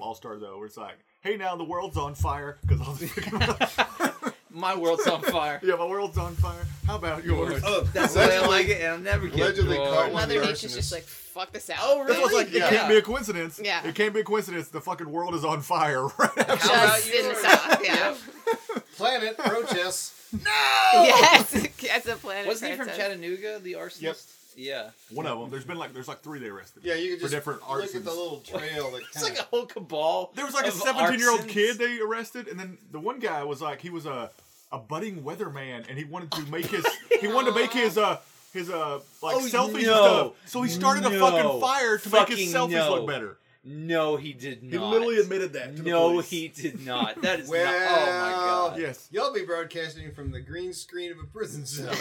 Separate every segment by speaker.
Speaker 1: All Star though, where it's like, hey, now the world's on fire because all the
Speaker 2: My world's on fire.
Speaker 1: yeah, my world's on fire. How about yours?
Speaker 2: Oh, that's the way I
Speaker 3: Allegedly-
Speaker 2: like it, and I'm never getting
Speaker 3: allegedly
Speaker 2: bored.
Speaker 3: caught one-
Speaker 4: Mother
Speaker 3: the
Speaker 4: Nature's just
Speaker 3: arsonist.
Speaker 4: like, fuck this out.
Speaker 2: Oh,
Speaker 1: That's what's
Speaker 2: really?
Speaker 1: like. It
Speaker 3: Yeah.
Speaker 1: can't be a coincidence.
Speaker 4: Yeah.
Speaker 1: It can't be a coincidence. The fucking world is on fire right after.
Speaker 2: How about
Speaker 4: Just in the
Speaker 2: yours?
Speaker 4: South, yeah.
Speaker 3: Planet protests.
Speaker 4: Yes,
Speaker 3: Oh.
Speaker 4: as a planet.
Speaker 2: Wasn't he from
Speaker 4: princess.
Speaker 2: Chattanooga, the arsonist?
Speaker 1: Yep.
Speaker 2: Yeah.
Speaker 1: One of them. There's been like there's like three they arrested.
Speaker 3: Yeah, you can
Speaker 1: for
Speaker 3: just
Speaker 1: different
Speaker 3: look
Speaker 1: arsons.
Speaker 3: at the little trail that
Speaker 2: It's
Speaker 3: kind
Speaker 2: like a
Speaker 3: of.
Speaker 2: whole cabal.
Speaker 1: There was like a
Speaker 2: of
Speaker 1: 17 year old
Speaker 2: arsons.
Speaker 1: kid they arrested, and then the one guy was like he was a a budding weatherman, and he wanted to make his he wanted to make his uh his uh like
Speaker 2: Oh,
Speaker 1: selfies and
Speaker 2: no.
Speaker 1: stuff. So he started a
Speaker 2: No.
Speaker 1: fucking fire to make his
Speaker 2: Fucking
Speaker 1: selfies
Speaker 2: no.
Speaker 1: look better.
Speaker 2: No, he did not.
Speaker 1: He literally admitted that. To the
Speaker 2: No,
Speaker 1: police.
Speaker 2: he did not. That is
Speaker 3: Well,
Speaker 2: not. Oh my god.
Speaker 1: Yes.
Speaker 3: Y'all be broadcasting from the green screen of a prison cell.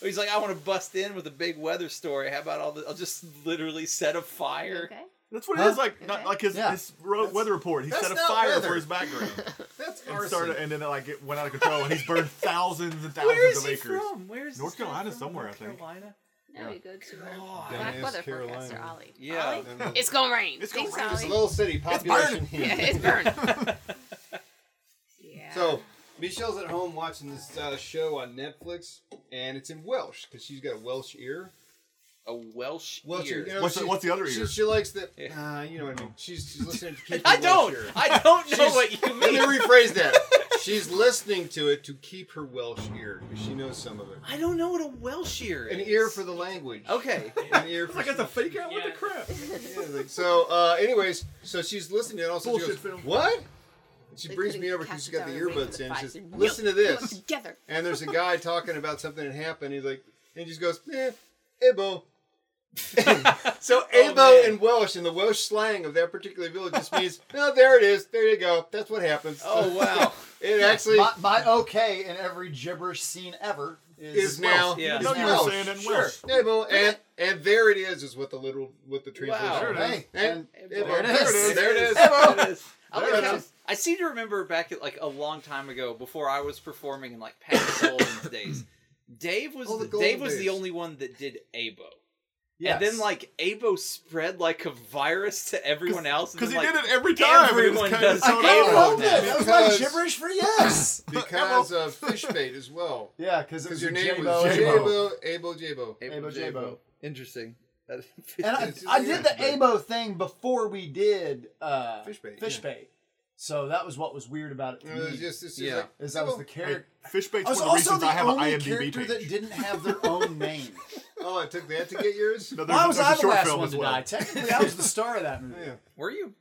Speaker 2: He's like, I want to bust in with a big weather story. How about all the? I'll just literally set a fire.
Speaker 4: Okay.
Speaker 1: That's what
Speaker 2: Huh?
Speaker 1: it is like. Not
Speaker 4: Okay.
Speaker 1: like his,
Speaker 2: Yeah.
Speaker 1: his ro-
Speaker 3: That's-
Speaker 1: weather report. He
Speaker 3: that's
Speaker 1: set a
Speaker 3: not
Speaker 1: fire
Speaker 3: weather.
Speaker 1: for his background
Speaker 3: That's
Speaker 1: and
Speaker 3: arson.
Speaker 1: started, and then it, like it went out of control, and he's burned thousands and thousands
Speaker 2: Where is
Speaker 1: of
Speaker 2: he
Speaker 1: acres.
Speaker 2: from? Where is
Speaker 1: North
Speaker 2: this guy
Speaker 1: Carolina
Speaker 2: from?
Speaker 1: somewhere,
Speaker 2: North
Speaker 1: I think.
Speaker 2: Carolina?
Speaker 4: Now we go to our
Speaker 2: God.
Speaker 3: Down
Speaker 4: black
Speaker 3: in
Speaker 4: weather
Speaker 3: Carolina.
Speaker 4: forecaster, Ollie.
Speaker 2: Yeah.
Speaker 4: Ollie?
Speaker 3: Down in-
Speaker 4: It's gonna rain.
Speaker 1: It's gonna
Speaker 4: Thanks,
Speaker 1: rain.
Speaker 3: It's a
Speaker 4: Ollie.
Speaker 3: little city population. here.
Speaker 4: Yeah, it's burning. yeah.
Speaker 3: So Michelle's at home watching this uh, show on Netflix, and it's in Welsh because she's got a Welsh ear.
Speaker 2: A Welsh
Speaker 3: Welsh
Speaker 2: ear.
Speaker 3: ear. you know,
Speaker 1: What's the-
Speaker 3: she-
Speaker 1: what's the other
Speaker 3: she-
Speaker 1: ear?
Speaker 3: She, likes that.
Speaker 2: Yeah.
Speaker 3: Uh, you know what I mean. She's, she's listening to. Keep
Speaker 2: I
Speaker 3: Her
Speaker 2: don't.
Speaker 3: Welsh ear.
Speaker 2: I don't know
Speaker 3: She's-
Speaker 2: what you
Speaker 3: Let me
Speaker 2: mean.
Speaker 3: rephrase that. She's listening to it to keep her Welsh ear because she knows some of it.
Speaker 2: I don't know what a Welsh ear is.
Speaker 3: An ear for the language.
Speaker 2: Okay.
Speaker 3: An ear for.
Speaker 1: Like it's a fake out. What the
Speaker 2: Yeah.
Speaker 1: crap?
Speaker 3: Yeah, like- so, uh, anyways, so she's listening to it. Also, she
Speaker 1: Bullshit
Speaker 3: goes,
Speaker 1: film.
Speaker 3: "What?" And she
Speaker 4: They
Speaker 3: brings
Speaker 4: couldn't
Speaker 3: me over
Speaker 4: catch
Speaker 3: because she's
Speaker 4: us
Speaker 3: got the
Speaker 4: on our way
Speaker 3: earbuds
Speaker 4: to the
Speaker 3: in. She
Speaker 4: fight.
Speaker 3: says,
Speaker 4: Yep,
Speaker 3: "Listen to
Speaker 4: put 'em
Speaker 3: this."
Speaker 4: Together.
Speaker 3: and there's a guy talking about something that happened. He's like, and he just goes, eh, Ebo. so Ebo
Speaker 2: man.
Speaker 3: in Welsh, in the Welsh slang of that particular village, just means, oh, there it is, there you go, that's what happens.
Speaker 2: Oh wow.
Speaker 3: it actually
Speaker 5: my, my okay in every gibberish scene ever
Speaker 3: is
Speaker 5: is,
Speaker 3: now.
Speaker 2: Yeah.
Speaker 1: I
Speaker 3: is
Speaker 1: know you
Speaker 3: Welsh.
Speaker 1: were saying in Welsh.
Speaker 3: Ebo, and and there it is, is what the little what the translation.
Speaker 2: Wow. There it
Speaker 3: is.
Speaker 5: Hey,
Speaker 3: And,
Speaker 5: and
Speaker 3: Ebo,
Speaker 5: there it is.
Speaker 3: There it is.
Speaker 2: There it is. I
Speaker 3: There
Speaker 2: like
Speaker 3: it
Speaker 2: how-
Speaker 3: is.
Speaker 2: I seem to remember back at like a long time ago, before I was performing in like Pat Sullivan's days. Dave was
Speaker 3: Oh, the
Speaker 2: the, Dave
Speaker 3: golden
Speaker 2: was the
Speaker 3: days.
Speaker 2: only one that did Abo.
Speaker 5: yes.
Speaker 2: And then like Abo spread like a virus to everyone else. and
Speaker 1: Because he
Speaker 2: then, like,
Speaker 1: did it every time. and it was
Speaker 2: everyone
Speaker 1: kinda
Speaker 2: does
Speaker 5: I
Speaker 1: so
Speaker 2: it.
Speaker 5: couldn't
Speaker 2: Ebo
Speaker 5: help it.
Speaker 2: now.
Speaker 5: That was my
Speaker 3: Because-
Speaker 5: gibberish for yes.
Speaker 3: Because of fish bait as well.
Speaker 5: yeah, because it
Speaker 3: Because
Speaker 5: was
Speaker 3: your name
Speaker 5: J-Bo.
Speaker 3: was
Speaker 5: J-Bo.
Speaker 3: Jabo, Abo, Jabo.
Speaker 5: Abo
Speaker 2: Abo Jabo.
Speaker 5: Jabo.
Speaker 2: Interesting. That-
Speaker 5: And I,
Speaker 3: It's-
Speaker 5: I did the
Speaker 3: it's-
Speaker 5: Abo thing before we did uh,
Speaker 3: Fish bait,
Speaker 5: Fish
Speaker 3: yeah.
Speaker 5: bait. So that was what was weird about it. To
Speaker 3: It was
Speaker 5: me,
Speaker 3: just, it's just
Speaker 2: Yeah.
Speaker 3: like,
Speaker 5: is that was the
Speaker 1: Hey,
Speaker 5: character.
Speaker 1: Fishbait's
Speaker 5: I
Speaker 1: one of
Speaker 5: was
Speaker 1: the
Speaker 5: also
Speaker 1: reasons
Speaker 5: the
Speaker 1: I have an
Speaker 5: only
Speaker 1: IMDb
Speaker 5: character
Speaker 1: page.
Speaker 5: that didn't have their own name.
Speaker 3: Oh, I took that to get yours.
Speaker 1: No, there's-
Speaker 5: Why was
Speaker 1: there's a
Speaker 5: I the
Speaker 1: short
Speaker 5: last
Speaker 1: film
Speaker 5: one
Speaker 1: as
Speaker 5: to
Speaker 1: well.
Speaker 5: die? Technically, I was the star of that movie.
Speaker 3: Yeah.
Speaker 2: Were you?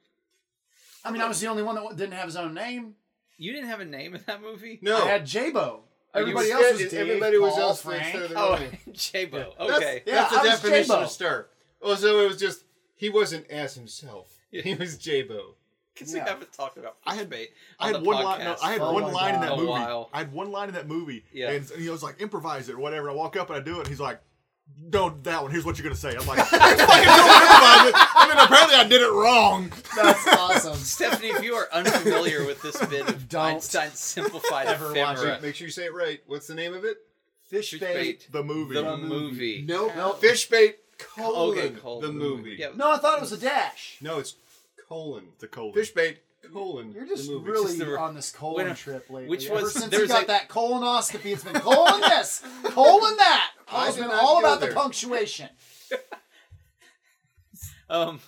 Speaker 5: I mean, I was the only one that w- didn't have his own name.
Speaker 2: You didn't have a name in that movie?
Speaker 3: No.
Speaker 5: I had Jabo. Everybody
Speaker 3: You
Speaker 5: else
Speaker 3: said
Speaker 5: was
Speaker 3: it-
Speaker 5: Dave,
Speaker 3: everybody was
Speaker 5: Paul,
Speaker 3: else
Speaker 5: Frank.
Speaker 3: instead of their
Speaker 2: Oh,
Speaker 3: own name.
Speaker 2: Jabo.
Speaker 3: That's,
Speaker 2: Okay.
Speaker 5: Yeah,
Speaker 3: that's the
Speaker 5: I was
Speaker 3: definition
Speaker 5: J-Bo.
Speaker 3: of star. Oh, so it was just he wasn't as himself. He was Jabo.
Speaker 2: Because
Speaker 5: Yeah.
Speaker 2: we haven't talked about
Speaker 1: I had-
Speaker 2: bait.
Speaker 1: I had one line. No, I had
Speaker 5: Oh
Speaker 1: one
Speaker 5: my
Speaker 1: line in that
Speaker 5: God. A
Speaker 1: movie.
Speaker 2: while.
Speaker 1: I had one line in that movie,
Speaker 2: Yeah.
Speaker 1: and he was like, "Improvise it or whatever." I walk up and I do it. And he's like, "No, that one. Here's what you're gonna say." I'm like, "I "Fucking don't improvise it." And then apparently I did it wrong.
Speaker 5: That's awesome.
Speaker 2: Stephanie, if you are unfamiliar with this bit of
Speaker 5: Don't
Speaker 2: Einstein's simplified
Speaker 5: ever watch
Speaker 2: ephemera,
Speaker 3: Make- Make sure you say it right. What's the name of it?
Speaker 5: Fish
Speaker 2: Fish
Speaker 5: bait.
Speaker 2: bait.
Speaker 1: The movie.
Speaker 2: the movie.
Speaker 3: No, no. Fish bait colon.
Speaker 2: Okay, cool.
Speaker 3: the movie.
Speaker 2: Yeah.
Speaker 5: No, I thought it was a dash.
Speaker 3: No, it's colon.
Speaker 1: The colon.
Speaker 3: Fish bait colon.
Speaker 5: You're just
Speaker 3: the movie.
Speaker 5: really
Speaker 2: Just the-
Speaker 5: on this colon
Speaker 2: when-
Speaker 5: trip lately.
Speaker 2: which
Speaker 5: Ever
Speaker 2: was-
Speaker 5: since
Speaker 2: there
Speaker 5: you
Speaker 2: was
Speaker 5: got
Speaker 2: a-
Speaker 5: that colonoscopy, it's been colon this, colon that.
Speaker 3: I
Speaker 5: Paul's
Speaker 3: did
Speaker 5: been
Speaker 3: not
Speaker 5: all
Speaker 3: go
Speaker 5: about
Speaker 3: there.
Speaker 5: the punctuation.
Speaker 2: Um.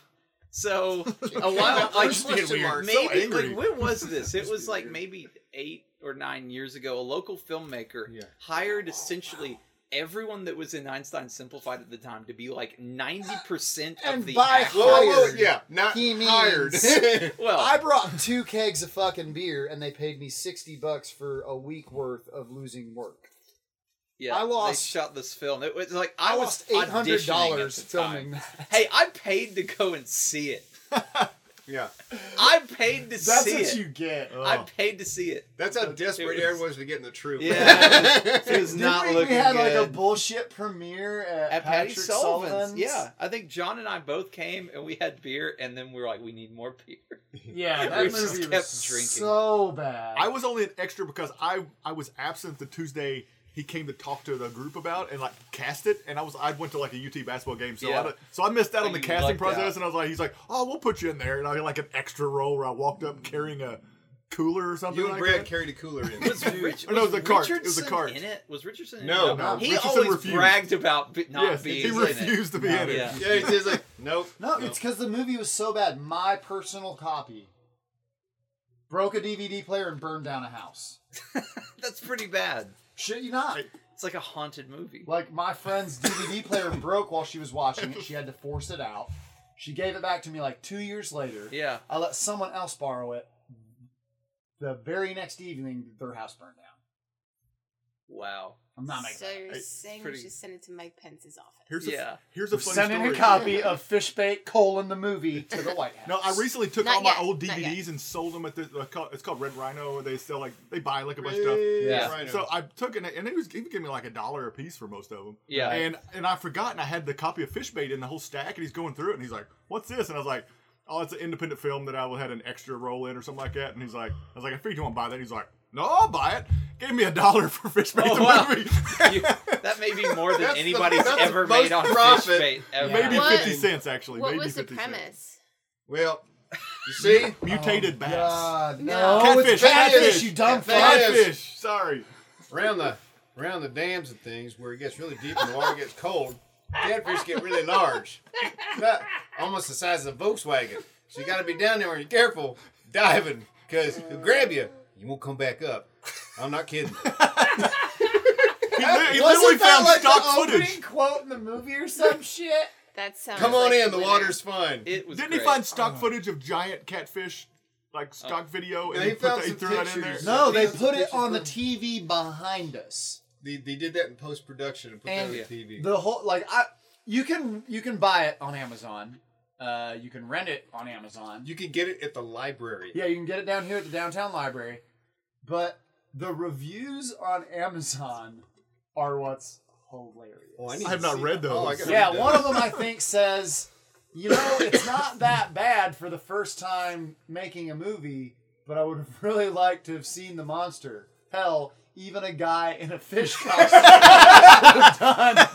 Speaker 2: So a while like
Speaker 1: Just being
Speaker 2: question
Speaker 1: weird.
Speaker 2: mark.
Speaker 1: So
Speaker 2: maybe
Speaker 1: angry.
Speaker 2: like when was this? It was like
Speaker 3: weird.
Speaker 2: maybe eight or nine years ago. A local filmmaker
Speaker 3: Yeah.
Speaker 2: hired essentially everyone that was in Einstein Simplified at the time to be like ninety percent
Speaker 5: And
Speaker 2: of the
Speaker 5: by
Speaker 2: actors.
Speaker 3: Whoa, whoa, whoa,
Speaker 5: Hired.
Speaker 3: yeah, not
Speaker 5: He means-
Speaker 3: hired.
Speaker 2: Well,
Speaker 5: I brought two kegs of fucking beer, and they paid me sixty bucks for a week worth of losing work.
Speaker 2: yeah,
Speaker 5: I lost-
Speaker 2: They shot this film. It was like I,
Speaker 5: I
Speaker 2: was
Speaker 5: lost eight hundred dollars
Speaker 2: auditioning at the time.
Speaker 5: filming that.
Speaker 2: Hey, I paid to go and see it.
Speaker 3: yeah,
Speaker 2: I paid to
Speaker 5: That's
Speaker 2: see
Speaker 5: what
Speaker 2: it.
Speaker 5: you get.
Speaker 2: I paid to see it.
Speaker 3: that's how desperate
Speaker 2: was-
Speaker 3: Aaron was to get in the truth.
Speaker 2: Yeah, it was
Speaker 5: Didn't
Speaker 2: not
Speaker 5: we, we
Speaker 2: looking
Speaker 5: had
Speaker 2: good.
Speaker 5: like a bullshit premiere at,
Speaker 2: at Patty
Speaker 5: Patrick
Speaker 2: Sullivan's.
Speaker 5: Sullivan's.
Speaker 2: Yeah, I think John and I both came and we had beer, and then we were like, we need more beer.
Speaker 5: yeah,
Speaker 2: We
Speaker 5: that
Speaker 2: just
Speaker 5: movie
Speaker 2: kept
Speaker 5: was
Speaker 2: drinking.
Speaker 5: so bad.
Speaker 1: I was only an extra because I I was absent the Tuesday he came to talk to the group about and like cast it. And I was I went to like a UT basketball game, so
Speaker 2: Yeah.
Speaker 1: I, don't- so I missed out
Speaker 2: Oh,
Speaker 1: on the
Speaker 2: you
Speaker 1: casting
Speaker 2: lucked
Speaker 1: process.
Speaker 2: out.
Speaker 1: And I was like, he's like, oh, we'll put you in there. And I had like an extra role where I walked up carrying a cooler or something.
Speaker 3: You and
Speaker 1: like
Speaker 3: Brad
Speaker 1: that.
Speaker 3: carried a cooler in.
Speaker 2: Was, Rich,
Speaker 1: Or Oh, no, it was a cart. It
Speaker 2: Richardson
Speaker 1: was a cart.
Speaker 2: in it? Was Richardson in
Speaker 3: No,
Speaker 2: it?
Speaker 1: no,
Speaker 2: He
Speaker 1: Uh, Richardson
Speaker 2: always
Speaker 1: refused.
Speaker 2: bragged about b- not
Speaker 1: yes,
Speaker 2: being
Speaker 1: he
Speaker 2: in it.
Speaker 1: refused to be
Speaker 5: No,
Speaker 1: in it.
Speaker 2: yeah.
Speaker 3: yeah, he's just like, nope.
Speaker 5: No, it's because the movie was so bad. My personal copy broke a DVD player and burned down a house.
Speaker 2: That's pretty bad.
Speaker 5: Shit, you not.
Speaker 2: It's like a haunted movie.
Speaker 5: Like my friend's DVD player broke while she was watching it. She had to force it out. She gave it back to me like two years later.
Speaker 2: Yeah.
Speaker 5: I let someone else borrow it. The very next evening, their house burned down.
Speaker 2: Wow.
Speaker 5: I'm not making.
Speaker 4: So
Speaker 5: that.
Speaker 4: you're
Speaker 1: It's
Speaker 4: saying
Speaker 2: pretty-
Speaker 4: we should send it to Mike Pence's office.
Speaker 1: Here's a
Speaker 2: Yeah.
Speaker 1: here's a
Speaker 5: We're
Speaker 1: funny
Speaker 5: sending
Speaker 1: story.
Speaker 5: a copy of Fishbait Colon the movie to the White House.
Speaker 1: No, I recently took
Speaker 4: Not
Speaker 1: all my
Speaker 4: yet,
Speaker 1: old
Speaker 4: not yet.
Speaker 1: DVDs and sold them at the. Uh, called- it's called Red Rhino. Where they sell like they buy like a bunch of stuff.
Speaker 5: Yeah.
Speaker 3: Rhino.
Speaker 1: So I took it, and it was he was giving me like a dollar a piece for most of them.
Speaker 2: Yeah.
Speaker 1: And and I forgot, and I had the copy of Fishbait in the whole stack, and he's going through it, and he's like, "What's this?" And I was like, "Oh, it's an independent film that I had an extra role in or something like that." And he's like, "I was like, I figured you want to buy that." And he's like, "No, I'll buy it." Gave me a dollar for Fishbait
Speaker 2: Oh,
Speaker 1: the
Speaker 2: wow.
Speaker 1: movie,
Speaker 2: You- that may be more
Speaker 3: That's
Speaker 2: than
Speaker 3: the-
Speaker 2: anybody's
Speaker 3: that's the
Speaker 2: ever
Speaker 3: most
Speaker 2: made on
Speaker 3: profit.
Speaker 2: Fishbait ever.
Speaker 5: Yeah.
Speaker 1: maybe
Speaker 4: What?
Speaker 1: fifty cents actually.
Speaker 4: What
Speaker 1: maybe
Speaker 4: was the
Speaker 1: 50 cents.
Speaker 4: premise?
Speaker 3: well, you see,
Speaker 1: Mutated bass,
Speaker 5: God,
Speaker 4: No.
Speaker 5: no,
Speaker 1: Catfish,
Speaker 5: it's catfish,
Speaker 1: catfish.
Speaker 5: you dumb fuck.
Speaker 3: Catfish.
Speaker 1: catfish. Sorry.
Speaker 3: around the around the dams and things where it gets really deep and the water gets cold, catfish get really large, About almost the size of a Volkswagen. So you got to be down there and you're careful diving because he'll grab you. You won't come back up. I'm not kidding.
Speaker 1: He, li- he
Speaker 5: Wasn't
Speaker 1: literally
Speaker 5: that
Speaker 1: found
Speaker 5: like
Speaker 1: stock
Speaker 5: the opening
Speaker 1: footage.
Speaker 5: quote in the movie or some shit?
Speaker 4: That sounds.
Speaker 3: Come on
Speaker 4: like
Speaker 3: in, the
Speaker 4: winner.
Speaker 3: water's fun.
Speaker 2: It was
Speaker 1: Didn't he
Speaker 2: great. Uh,
Speaker 1: find stock
Speaker 3: Uh-huh.
Speaker 1: footage of giant catfish, like stock video, and
Speaker 3: Yeah,
Speaker 1: he,
Speaker 3: he
Speaker 1: put
Speaker 3: found
Speaker 1: that, he
Speaker 3: some
Speaker 1: threw that in there?
Speaker 3: pictures.
Speaker 5: No, they
Speaker 3: Those
Speaker 5: put it
Speaker 3: pictures
Speaker 5: on the
Speaker 3: from-
Speaker 5: TV behind us.
Speaker 3: They, they did that in post production and put
Speaker 5: And-
Speaker 3: that on the TV.
Speaker 5: The whole like I you can you can buy it on Amazon. Uh you can rent it on Amazon.
Speaker 3: you can get it at the library.
Speaker 5: Yeah, you can get it down here at the downtown library. But the reviews on Amazon are what's hilarious.
Speaker 3: Oh, I need
Speaker 1: I have
Speaker 3: to
Speaker 1: not
Speaker 3: see
Speaker 1: read
Speaker 3: that. Oh, I
Speaker 1: those.
Speaker 3: gotta
Speaker 5: yeah,
Speaker 3: read that.
Speaker 5: one of them I think says, you know, it's not that bad for the first time making a movie, but I would have really liked to have seen the monster. Hell, even a guy in a fish costume would have done.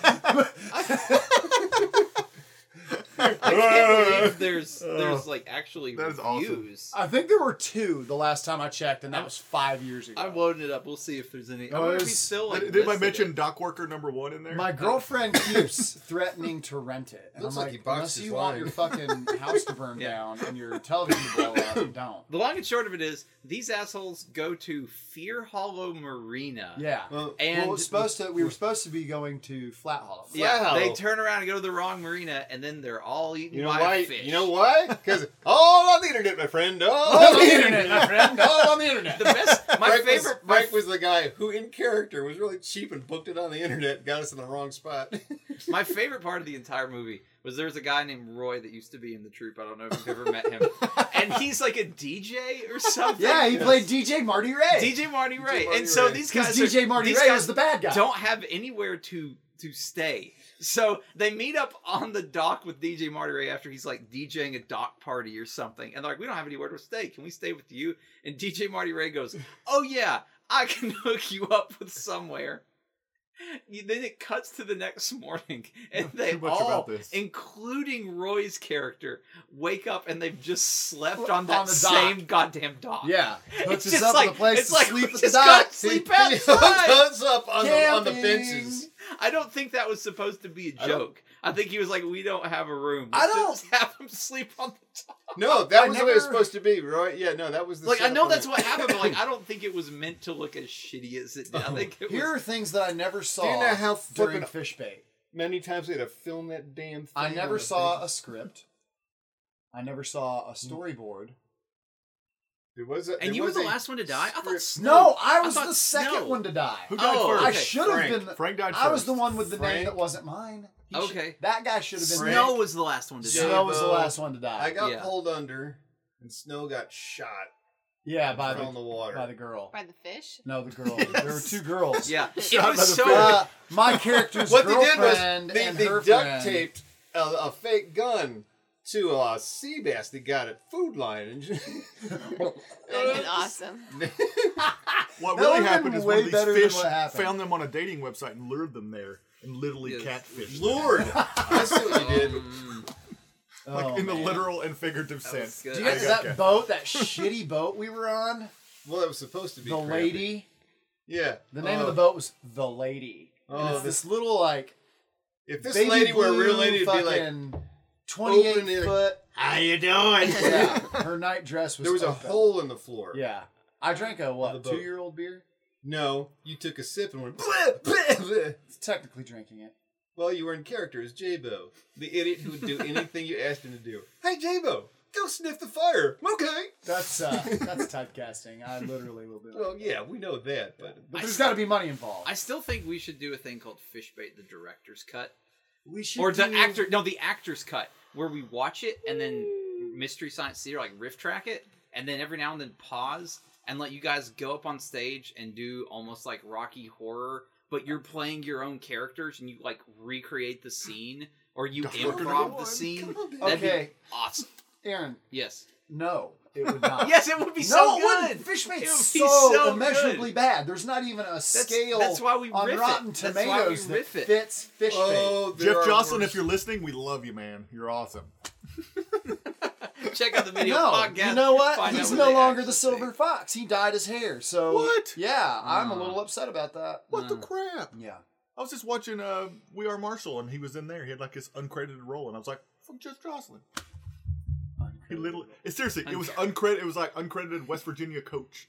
Speaker 2: I can't believe there's there's like actually
Speaker 1: That is awesome.
Speaker 2: reviews.
Speaker 5: I think there were two the last time I checked, and that was five years ago.
Speaker 2: I'm loading it up. We'll see if there's any. I
Speaker 5: Oh,
Speaker 2: wonder if
Speaker 5: there's-
Speaker 2: he's still like.
Speaker 1: Did I
Speaker 2: listed
Speaker 1: mention
Speaker 2: it.
Speaker 1: dock worker number one in there?
Speaker 5: My girlfriend keeps threatening to rent it. And
Speaker 3: Looks
Speaker 5: I'm
Speaker 3: like
Speaker 5: like,
Speaker 3: he boxed
Speaker 5: unless
Speaker 3: his
Speaker 5: you want
Speaker 3: line."
Speaker 5: your fucking house to burn
Speaker 2: Yeah.
Speaker 5: down and your television to blow up, don't.
Speaker 2: The long and short of it is, these assholes go to Fear Hollow Marina.
Speaker 5: Yeah.
Speaker 3: Well,
Speaker 2: And
Speaker 5: well, it was supposed to. We were supposed to be going to Flat Hollow.
Speaker 2: yeah,
Speaker 3: Wow.
Speaker 2: they turn around and go to the wrong marina, and then they're all eaten
Speaker 3: You know
Speaker 2: by
Speaker 3: why?
Speaker 2: a fish.
Speaker 3: You know why? Because all on the internet, my friend. All
Speaker 5: All on the internet, my friend. All on the internet.
Speaker 2: The best, my
Speaker 3: Frank
Speaker 2: favorite,
Speaker 3: Was,
Speaker 2: my
Speaker 3: Frank was the guy who, in character, was really cheap and booked it on the internet, and got us in the wrong spot.
Speaker 2: My favorite part of the entire movie was there was a guy named Roy that used to be in the troop. I don't know if you've ever met him. And he's like a DJ or something.
Speaker 5: Yeah, he played DJ Marty Ray.
Speaker 2: DJ Marty Ray.
Speaker 3: Marty
Speaker 2: and so
Speaker 3: Ray.
Speaker 2: these
Speaker 5: Because
Speaker 2: guys
Speaker 5: DJ
Speaker 2: are-
Speaker 5: Marty
Speaker 2: these
Speaker 5: Ray
Speaker 2: guys
Speaker 5: was the bad guy.
Speaker 2: don't have anywhere to to stay. So they meet up on the dock with DJ Marty Ray after he's like DJing a dock party or something. And they're like, we don't have anywhere to stay. Can we stay with you? And DJ Marty Ray goes, oh yeah, I can hook you up with somewhere. You- Then it cuts to the next morning, and they
Speaker 1: too much
Speaker 2: all,
Speaker 1: about this.
Speaker 2: including Roy's character, wake up and they've just slept
Speaker 5: On
Speaker 2: on that
Speaker 5: the dock.
Speaker 2: same goddamn dock.
Speaker 5: Yeah,
Speaker 2: It's
Speaker 5: hooks us
Speaker 2: just
Speaker 5: up
Speaker 2: like-
Speaker 5: in a place
Speaker 2: it's
Speaker 5: to
Speaker 2: like,
Speaker 5: sleep at the
Speaker 2: just gotta
Speaker 5: dock.
Speaker 2: sleep
Speaker 5: He- he
Speaker 2: outside.
Speaker 5: hooked us-
Speaker 3: Comes up on the, on the
Speaker 5: Camping.
Speaker 3: fences.
Speaker 2: I don't think that was supposed to be a
Speaker 3: I don't-
Speaker 2: joke. I, think he was like, "We don't have a room.
Speaker 5: I
Speaker 2: Let's
Speaker 5: don't-
Speaker 2: just have him sleep on the top."
Speaker 3: No, that
Speaker 5: I
Speaker 3: was the way it was
Speaker 5: never-
Speaker 3: supposed to be, right? Yeah, no, that was the.
Speaker 2: Like I
Speaker 3: setup
Speaker 2: know
Speaker 3: on
Speaker 2: that's
Speaker 3: it.
Speaker 2: what happened, but like I don't think it was meant to look as shitty as it did. I think it
Speaker 5: Here
Speaker 2: was.
Speaker 5: are things that I never saw
Speaker 3: know how
Speaker 5: during
Speaker 3: flippin'
Speaker 5: fish bait.
Speaker 3: Many times they had to film that damn thing.
Speaker 5: I
Speaker 3: on
Speaker 5: never
Speaker 3: the
Speaker 5: saw
Speaker 3: thing.
Speaker 5: a Hmm. script. I never saw a storyboard.
Speaker 3: There was a,
Speaker 2: And
Speaker 3: there
Speaker 2: you were
Speaker 3: was
Speaker 2: the
Speaker 3: a
Speaker 2: last one to die. I thought
Speaker 3: script-
Speaker 2: Snow.
Speaker 5: No, I
Speaker 2: I
Speaker 5: was
Speaker 2: thought
Speaker 5: the second
Speaker 2: Snow.
Speaker 5: one to die.
Speaker 1: Who died
Speaker 2: Oh,
Speaker 1: first?
Speaker 5: I
Speaker 2: okay.
Speaker 5: should have
Speaker 3: Frank.
Speaker 5: been. The,
Speaker 1: Frank died
Speaker 5: I was
Speaker 1: first.
Speaker 5: the one with the name
Speaker 3: Frank.
Speaker 5: that wasn't mine. He should-
Speaker 2: Okay.
Speaker 5: that guy should have been.
Speaker 3: Frank.
Speaker 2: Snow was the last one to
Speaker 3: Yeah.
Speaker 2: die.
Speaker 5: Snow was the
Speaker 3: Jabo.
Speaker 5: last one to die.
Speaker 3: I got
Speaker 2: Yeah.
Speaker 3: pulled under, and Snow got shot
Speaker 5: yeah, by
Speaker 3: on the
Speaker 5: the
Speaker 3: water.
Speaker 5: by the girl.
Speaker 4: By the fish?
Speaker 5: No, the girl. There were two girls.
Speaker 2: Yeah, it
Speaker 1: Shot by
Speaker 2: was
Speaker 1: the
Speaker 2: so.
Speaker 5: Uh, my character's
Speaker 3: what they did was
Speaker 5: girlfriend
Speaker 3: they,
Speaker 5: and
Speaker 3: they
Speaker 5: her
Speaker 3: duct
Speaker 5: friend-
Speaker 3: taped a, a fake gun to a sea bass that got a food line. Uh,
Speaker 4: That'd been awesome.
Speaker 1: What
Speaker 5: That
Speaker 1: really
Speaker 5: would've
Speaker 1: happened
Speaker 5: been
Speaker 1: is one
Speaker 5: way
Speaker 1: of these
Speaker 5: better than
Speaker 1: fish
Speaker 5: what happened.
Speaker 1: found them on a dating website and lured them there and literally
Speaker 2: Yes.
Speaker 1: catfished them.
Speaker 3: Lord, I see what you did.
Speaker 2: Um,
Speaker 1: Like
Speaker 5: Oh,
Speaker 1: in the
Speaker 5: man.
Speaker 1: literal and figurative
Speaker 2: That was
Speaker 1: sense.
Speaker 2: good.
Speaker 5: Do you
Speaker 1: I
Speaker 5: guys
Speaker 1: got
Speaker 5: that
Speaker 1: you.
Speaker 5: boat, that shitty boat we were on?
Speaker 3: Well, it was supposed to be
Speaker 5: The
Speaker 3: crappy.
Speaker 5: lady.
Speaker 3: Yeah.
Speaker 5: The name of
Speaker 3: Oh,
Speaker 5: the boat was The Lady. and
Speaker 3: Oh,
Speaker 5: it's this little like
Speaker 3: If this
Speaker 5: baby
Speaker 3: lady were a real
Speaker 5: blue
Speaker 3: lady, it'd be like,
Speaker 5: fucking 28
Speaker 3: open it.
Speaker 5: foot.
Speaker 3: "How you doing?"
Speaker 5: Yeah, her night dress was.
Speaker 3: There was a
Speaker 5: open.
Speaker 3: hole in the floor.
Speaker 5: Yeah, I drank a
Speaker 3: On
Speaker 5: what
Speaker 3: the boat.
Speaker 5: two year old beer.
Speaker 3: No, you took a sip and went. Bleh, bleh, bleh.
Speaker 5: It's technically drinking it.
Speaker 3: Well, you were in character as Jabo, the idiot who would do anything you asked him to do. Hey, Jabo, go sniff the fire. Okay.
Speaker 5: That's uh, that's typecasting. I literally will do.
Speaker 3: Well,
Speaker 5: it.
Speaker 3: yeah, we know that, but
Speaker 5: But there's got to be money involved.
Speaker 2: I still think we should do a thing called fish bait, the director's cut,
Speaker 5: we should.
Speaker 2: or the
Speaker 5: do-
Speaker 2: actor. No, the actor's cut, where we watch it and then mystery science theater like riff track it, and then every now and then pause and let you guys go up on stage and do almost like Rocky horror, but you're playing your own characters and you like recreate the scene or you
Speaker 1: Don't look at
Speaker 2: improv the
Speaker 1: anyone.
Speaker 2: scene.
Speaker 3: Come on,
Speaker 2: That'd
Speaker 5: Okay.
Speaker 2: be awesome.
Speaker 5: Aaron,
Speaker 2: Yes.
Speaker 5: no, it would not.
Speaker 2: Yes, it would be
Speaker 5: no,
Speaker 2: so
Speaker 5: it wouldn't.
Speaker 2: good.
Speaker 5: Fish
Speaker 2: It
Speaker 5: bait's
Speaker 2: would be
Speaker 5: so,
Speaker 2: so
Speaker 5: immeasurably
Speaker 2: good.
Speaker 5: bad. There's not even a scale
Speaker 2: that's why we
Speaker 5: on
Speaker 2: riff it.
Speaker 5: Rotten
Speaker 2: That's why we
Speaker 5: Tomatoes that
Speaker 2: riff it.
Speaker 5: fits fish bait.
Speaker 3: oh, there
Speaker 1: Jeff
Speaker 3: are
Speaker 1: Jocelyn,
Speaker 3: worse-
Speaker 1: if you're listening, we love you, man. You're awesome.
Speaker 2: Check out the video
Speaker 5: No,
Speaker 2: podcast.
Speaker 5: you know what?
Speaker 2: find out
Speaker 5: He's
Speaker 2: what
Speaker 5: no
Speaker 2: they
Speaker 5: longer the
Speaker 2: actually
Speaker 5: silver
Speaker 2: think.
Speaker 5: fox. He dyed his hair. So
Speaker 1: What?
Speaker 5: Yeah, I'm a
Speaker 2: Mm.
Speaker 5: little upset about that.
Speaker 1: What the
Speaker 2: Mm.
Speaker 1: crap?
Speaker 5: Yeah.
Speaker 1: I was just watching uh, We Are Marshall, and he was in there. He had like his uncredited role, and I was like, "Fuck Jeff Jocelyn." He literally, it, seriously, it was uncredited. It was like uncredited West Virginia coach.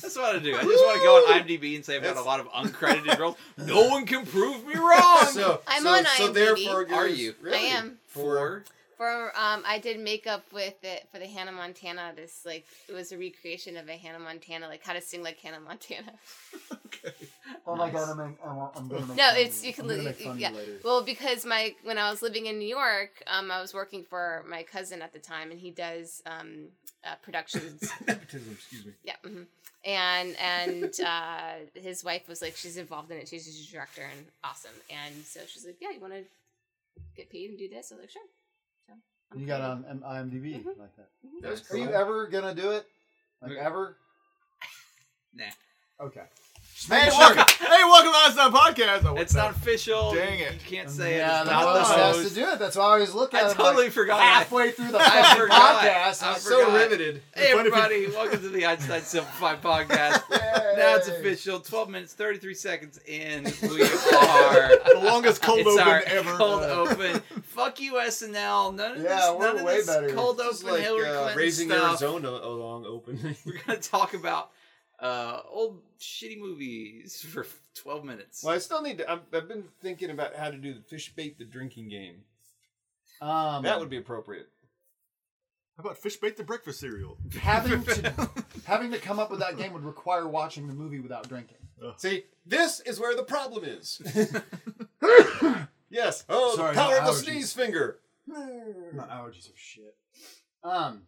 Speaker 2: That's what I do. I just want to go on IMDb and say I've got a
Speaker 3: That's-
Speaker 2: lot of uncredited roles. No one can prove me wrong.
Speaker 3: So,
Speaker 4: I'm
Speaker 3: so,
Speaker 4: on
Speaker 3: So
Speaker 4: IMDb.
Speaker 3: therefore,
Speaker 2: Are
Speaker 3: there's-
Speaker 2: you?
Speaker 3: really,
Speaker 4: I am.
Speaker 3: For
Speaker 2: Four.
Speaker 4: For um, I did makeup with it for the Hannah Montana. This like it was a recreation of a Hannah Montana, like how to sing like Hannah Montana.
Speaker 5: Oh my god, I'm, I'm, I'm gonna make
Speaker 4: No,
Speaker 5: fun of
Speaker 4: it's- you can
Speaker 5: I'm gonna
Speaker 4: li-
Speaker 5: make fun of
Speaker 4: yeah.
Speaker 5: you later.
Speaker 4: Well, because my when I was living in New York, um, I was working for my cousin at the time, and he does um, uh, productions.
Speaker 3: nepotism, excuse me.
Speaker 4: yeah, mhm. and and uh, his wife was like, she's involved in it. She's a director and awesome. And so she's like, yeah, you want to get paid and do this? I was like, sure. So, I'm
Speaker 5: You got
Speaker 4: coming.
Speaker 5: on M- IMDb
Speaker 4: Mhm.
Speaker 5: like that.
Speaker 3: That's
Speaker 5: Mm-hmm. Are
Speaker 3: cool.
Speaker 5: you ever gonna do it? Like
Speaker 2: Mm.
Speaker 5: ever?
Speaker 2: Nah.
Speaker 5: Okay.
Speaker 1: Hey,
Speaker 5: Smash
Speaker 1: welcome! hey, welcome to It's Not a Podcast. Oh, what
Speaker 2: It's
Speaker 1: the-
Speaker 2: not official.
Speaker 1: Dang
Speaker 2: You-
Speaker 1: it.
Speaker 2: You can't say it.
Speaker 5: Yeah,
Speaker 2: It's
Speaker 5: the
Speaker 2: not the
Speaker 5: host has
Speaker 2: host.
Speaker 5: to do it. That's why I always look
Speaker 2: I
Speaker 5: at it.
Speaker 2: totally
Speaker 5: like,
Speaker 2: forgot.
Speaker 5: Halfway through the
Speaker 2: I
Speaker 5: fucking
Speaker 2: forgot.
Speaker 5: podcast,
Speaker 2: I
Speaker 5: I'm
Speaker 2: forgot.
Speaker 5: so-
Speaker 3: So riveted.
Speaker 1: Funny if
Speaker 2: Hey,
Speaker 1: you-
Speaker 2: everybody. Welcome to the Einstein Simplify podcast. Now it's
Speaker 5: Yay.
Speaker 2: official. 12 minutes, 33 seconds in. We are.
Speaker 1: the longest cold
Speaker 2: it's
Speaker 1: open
Speaker 2: our
Speaker 1: ever.
Speaker 2: cold
Speaker 1: Uh,
Speaker 2: open. Fuck you, SNL. None of
Speaker 5: Yeah,
Speaker 2: this,
Speaker 5: we're
Speaker 2: none
Speaker 5: way
Speaker 2: of this
Speaker 5: better.
Speaker 2: cold
Speaker 3: Just
Speaker 2: open
Speaker 3: like
Speaker 2: Hillary
Speaker 3: uh,
Speaker 2: Clinton
Speaker 3: raising
Speaker 2: stuff.
Speaker 3: Arizona along open.
Speaker 2: We're gonna talk about uh, old shitty movies for 12 minutes.
Speaker 3: well, I still need to. I've, I've been thinking about how to do the fish bait the drinking game.
Speaker 5: Um,
Speaker 3: That would be appropriate.
Speaker 1: How about fish bait the breakfast cereal?
Speaker 5: having to having to come up with that game would require watching the movie without drinking.
Speaker 3: See, this is where the problem is. yes. Oh,
Speaker 5: Sorry,
Speaker 3: the power of
Speaker 5: my
Speaker 3: the
Speaker 5: allergies.
Speaker 3: sneeze finger.
Speaker 5: My allergies are shit. Um,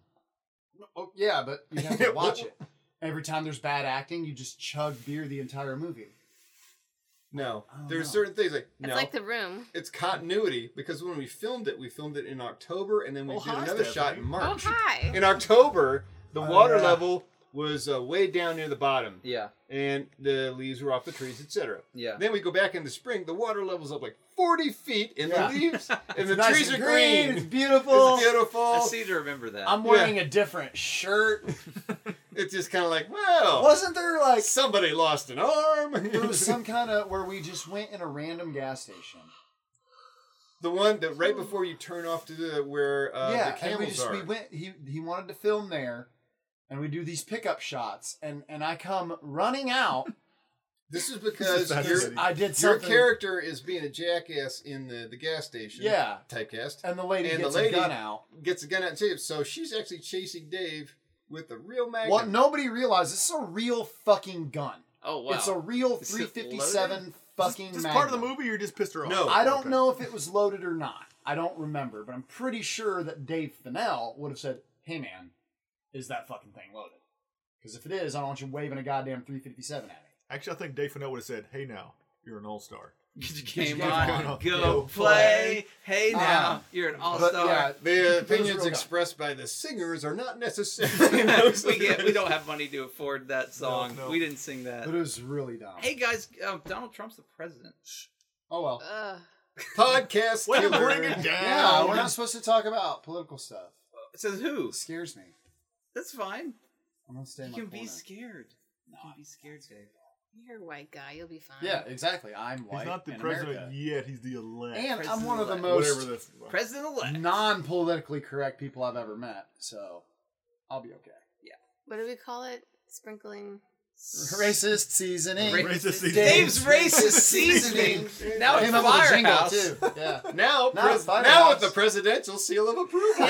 Speaker 5: oh, yeah, but you have to watch it. Every time there's bad acting, you just chug beer the entire movie.
Speaker 3: No,
Speaker 5: Oh,
Speaker 3: there's
Speaker 5: no.
Speaker 3: certain things like
Speaker 4: It's
Speaker 3: no.
Speaker 4: like the room.
Speaker 3: it's continuity because when we filmed it, we filmed it in October, and then we
Speaker 1: Oh,
Speaker 3: did
Speaker 1: hi,
Speaker 3: another
Speaker 1: Stephanie.
Speaker 3: shot in
Speaker 4: Oh
Speaker 3: March.
Speaker 4: hi.
Speaker 3: In October, the
Speaker 5: Oh,
Speaker 3: water
Speaker 5: yeah.
Speaker 3: level was uh, way down near the bottom,
Speaker 2: yeah,
Speaker 3: and the leaves were off the trees, etc.
Speaker 2: yeah.
Speaker 3: Then we go back in the spring, the water level's up like 40 feet, and
Speaker 5: Yeah.
Speaker 3: the leaves and the
Speaker 5: It's nice
Speaker 3: trees
Speaker 5: and
Speaker 3: are green.
Speaker 5: It's
Speaker 3: It's
Speaker 5: beautiful.
Speaker 2: I
Speaker 3: beautiful.
Speaker 2: seem to remember that.
Speaker 5: I'm wearing a different shirt.
Speaker 3: It's just kind of like, well,
Speaker 5: Wasn't there like
Speaker 3: somebody lost an arm.
Speaker 5: there was some kind of where we just went in a random gas station?
Speaker 3: the one that right before you turn off to the where uh,
Speaker 5: yeah,
Speaker 3: the
Speaker 5: and
Speaker 3: camels
Speaker 5: we just
Speaker 3: are.
Speaker 5: we went. He he wanted to film there, and we do these pickup shots, and and I come running out.
Speaker 3: This is because
Speaker 1: That's
Speaker 3: your,
Speaker 1: it.
Speaker 5: I did
Speaker 3: your
Speaker 5: something.
Speaker 3: character is being a jackass in the, the gas station.
Speaker 5: Yeah.
Speaker 3: Typecast.
Speaker 5: and the lady
Speaker 3: and the
Speaker 5: gets
Speaker 3: lady-
Speaker 5: a gun out.
Speaker 3: Gets a gun out and saves. So she's actually chasing Dave with the real magnum.
Speaker 5: What nobody realized, this is a real fucking gun.
Speaker 2: oh wow.
Speaker 5: It's a real
Speaker 2: Is it
Speaker 5: 357 fucking
Speaker 1: This part of the
Speaker 5: Magnum.
Speaker 1: movie, you're just pissed her off.
Speaker 3: No.
Speaker 5: I don't
Speaker 1: Okay.
Speaker 5: know if it was loaded or not. I don't remember, but I'm pretty sure that Dave Fennell would have said, "Hey man, is that fucking thing loaded?" Because if it is, I don't want you waving a goddamn 357 at me.
Speaker 1: Actually, I think Dave Fennell would have said, "Hey, now, you're an all star."
Speaker 2: Get your game
Speaker 5: game
Speaker 2: on.
Speaker 1: on.
Speaker 2: Go,
Speaker 5: Go
Speaker 2: play. Hey now,
Speaker 5: Um,
Speaker 2: you're an all
Speaker 3: But yeah,
Speaker 2: star.
Speaker 3: the
Speaker 5: Those are
Speaker 3: opinions
Speaker 5: real
Speaker 3: expressed by the singers are not necessarily those
Speaker 2: we get.
Speaker 3: of-
Speaker 2: We don't have money to afford that song.
Speaker 1: no.
Speaker 2: We didn't sing that.
Speaker 5: But it was really dumb.
Speaker 2: Hey guys, um, Donald Trump's the president.
Speaker 5: Oh well.
Speaker 4: Ugh.
Speaker 3: podcast
Speaker 1: Way to
Speaker 3: killer.
Speaker 1: bring it down.
Speaker 5: Um, Yeah, we're not supposed to talk about political stuff.
Speaker 2: It says who?
Speaker 5: It scares me.
Speaker 2: That's fine.
Speaker 5: I'm gonna stay in
Speaker 2: You can
Speaker 5: my
Speaker 2: be
Speaker 5: corner.
Speaker 2: scared. You can be scared, Dave.
Speaker 4: You're a white guy. You'll be fine.
Speaker 5: Yeah, exactly. I'm white.
Speaker 1: He's not the
Speaker 5: in
Speaker 1: president
Speaker 5: America.
Speaker 1: yet. He's the elect.
Speaker 5: And I'm one of the
Speaker 2: President-elect.
Speaker 1: whatever
Speaker 5: most
Speaker 1: this.
Speaker 2: President elect.
Speaker 5: non-politically correct people I've ever met, so I'll be okay.
Speaker 4: What do we call it? Sprinkling.
Speaker 5: Racist seasoning.
Speaker 1: Racist seasoning.
Speaker 2: Dave's racist seasoning. Now it's
Speaker 5: Came up with a jingle,
Speaker 2: firehouse.
Speaker 5: too. Yeah.
Speaker 3: Now,
Speaker 5: Not
Speaker 3: pres-
Speaker 5: Firehouse.
Speaker 3: now with the presidential seal of approval.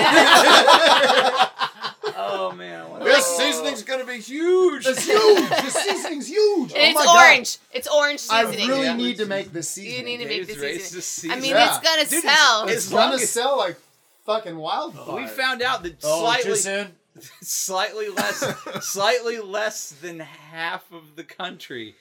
Speaker 2: Oh man, I want
Speaker 3: This seasoning's going to be huge.
Speaker 5: It's huge. The seasoning's huge.
Speaker 4: it's
Speaker 5: oh my
Speaker 4: orange. It's orange
Speaker 5: God.
Speaker 4: seasoning.
Speaker 5: I really
Speaker 2: Yeah.
Speaker 5: need to make this seasoning.
Speaker 4: You need to make
Speaker 2: Dave's
Speaker 4: this
Speaker 2: racist seasoning.
Speaker 4: seasoning. I mean,
Speaker 5: Yeah.
Speaker 4: it's gonna
Speaker 2: Dude, it's-
Speaker 4: sell.
Speaker 5: It's
Speaker 2: As long
Speaker 5: gonna
Speaker 2: as-
Speaker 5: sell like fucking wildfire.
Speaker 2: we found out that
Speaker 5: oh,
Speaker 2: slightly,
Speaker 5: too soon.
Speaker 2: slightly less, slightly less than half of the country.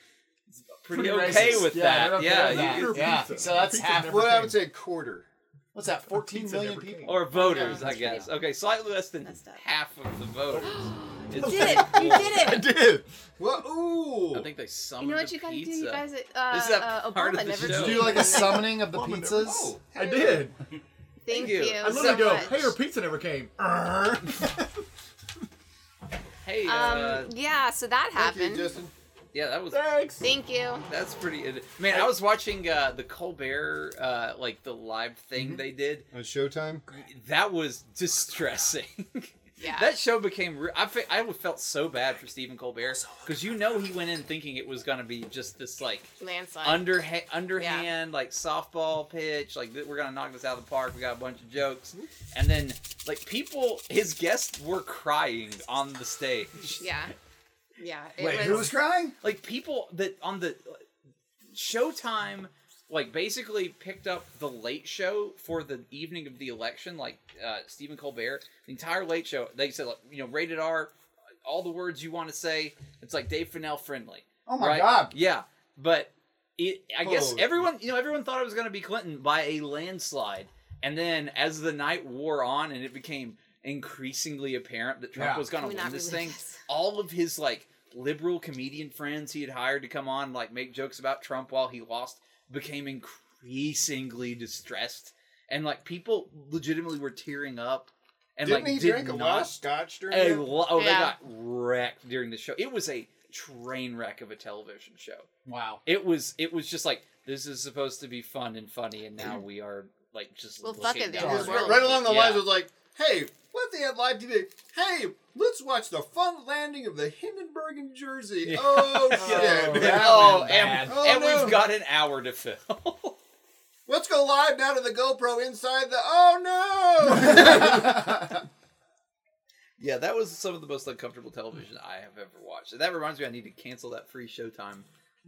Speaker 2: is Pretty,
Speaker 5: Pretty
Speaker 2: okay
Speaker 5: racist.
Speaker 2: with
Speaker 5: Yeah,
Speaker 2: that.
Speaker 5: they're okay
Speaker 2: yeah,
Speaker 5: with that.
Speaker 2: you-
Speaker 1: Pure
Speaker 5: Yeah,
Speaker 1: pizza.
Speaker 5: so that's
Speaker 1: Pizza
Speaker 5: half-
Speaker 1: never
Speaker 3: well, I
Speaker 1: came.
Speaker 3: would say quarter.
Speaker 5: What's that? 14
Speaker 1: Pizza
Speaker 5: million
Speaker 1: never came.
Speaker 5: people.
Speaker 2: or voters, I
Speaker 4: that's
Speaker 2: guess.
Speaker 4: pretty-
Speaker 2: Okay, slightly less than
Speaker 4: That's tough.
Speaker 2: half of the voters.
Speaker 4: You did it. You did
Speaker 1: I
Speaker 4: it.
Speaker 1: did.
Speaker 3: Well, ooh.
Speaker 2: I think they
Speaker 4: You
Speaker 2: summoned
Speaker 4: know what
Speaker 2: a
Speaker 4: you gotta
Speaker 2: pizza.
Speaker 4: do? You guys, uh,
Speaker 2: Is that
Speaker 4: uh,
Speaker 2: part of
Speaker 4: Obama
Speaker 2: the
Speaker 4: never
Speaker 2: show?
Speaker 5: Did
Speaker 2: Did
Speaker 5: you
Speaker 2: you
Speaker 5: do like a
Speaker 4: summer.
Speaker 5: summoning of the
Speaker 1: Woman,
Speaker 5: pizzas?
Speaker 3: Oh,
Speaker 1: I did.
Speaker 4: Thank
Speaker 2: you.
Speaker 4: you.
Speaker 2: I
Speaker 1: I
Speaker 4: so
Speaker 1: literally go,
Speaker 4: much.
Speaker 1: hey, her pizza never came.
Speaker 2: Hey, uh,
Speaker 4: Um, yeah, so that
Speaker 3: Thank you,
Speaker 4: happened.
Speaker 3: Justin.
Speaker 2: yeah, that was
Speaker 1: Thanks.
Speaker 4: Thank you.
Speaker 2: That's pretty. it- Man, I was watching uh, the Colbert, uh, like the live thing they did.
Speaker 3: On Showtime?
Speaker 2: That was distressing.
Speaker 4: Yeah.
Speaker 2: that show became. Re- I fe- I felt so bad for Stephen Colbert because you know he went in thinking it was gonna be just this like
Speaker 4: Landslide.
Speaker 2: under underhand like softball pitch like th- we're gonna knock this out of the park we got a bunch of jokes and then like people his guests were crying on the stage
Speaker 4: yeah. Yeah. It
Speaker 5: Wait, who was crying?
Speaker 2: like people that on the Showtime like basically picked up the late show for the evening of the election like uh Stephen Colbert the entire late show they said like you know rated R all the words you want to say it's like Dave Fennell friendly
Speaker 5: Oh my
Speaker 2: right?
Speaker 5: god.
Speaker 2: yeah but it, I guess
Speaker 3: Oh.
Speaker 2: everyone you know everyone thought it was going to be Clinton by a landslide and then as the night wore on and it became increasingly apparent that Trump
Speaker 5: Yeah.
Speaker 2: was going to
Speaker 4: Can
Speaker 2: win
Speaker 4: we not
Speaker 2: this
Speaker 4: relive
Speaker 2: thing
Speaker 4: this?
Speaker 2: all of his like liberal comedian friends he had hired to come on like make jokes about Trump while he lost became increasingly distressed and like people legitimately were tearing up and
Speaker 3: Didn't
Speaker 2: like
Speaker 3: he
Speaker 2: did
Speaker 3: drink a
Speaker 2: not
Speaker 3: lot of scotch during
Speaker 2: a
Speaker 3: that?
Speaker 2: lo- oh they
Speaker 4: Yeah.
Speaker 2: got wrecked during the show it was a train wreck of a television show
Speaker 5: Wow.
Speaker 2: it was it was just like this is supposed to be fun and funny and now we are like just
Speaker 4: Well,
Speaker 2: looking
Speaker 4: fuck it,
Speaker 2: down
Speaker 4: there's
Speaker 3: It was
Speaker 2: the
Speaker 4: Wow.
Speaker 3: right along the lines
Speaker 2: Yeah.
Speaker 3: was like, hey, what if they had live TV? Hey, let's watch the fun landing of the Hindenburg in Jersey.
Speaker 2: Yeah.
Speaker 3: Oh,
Speaker 5: Oh,
Speaker 3: shit.
Speaker 5: that
Speaker 2: oh,
Speaker 5: went
Speaker 2: and,
Speaker 5: bad.
Speaker 3: Oh,
Speaker 2: and
Speaker 3: no.
Speaker 2: we've got an hour to fill.
Speaker 3: Let's go live now to the GoPro inside the. Oh,
Speaker 2: yeah, that was some of the most uncomfortable television I have ever watched. And that reminds me, I need to cancel that free Showtime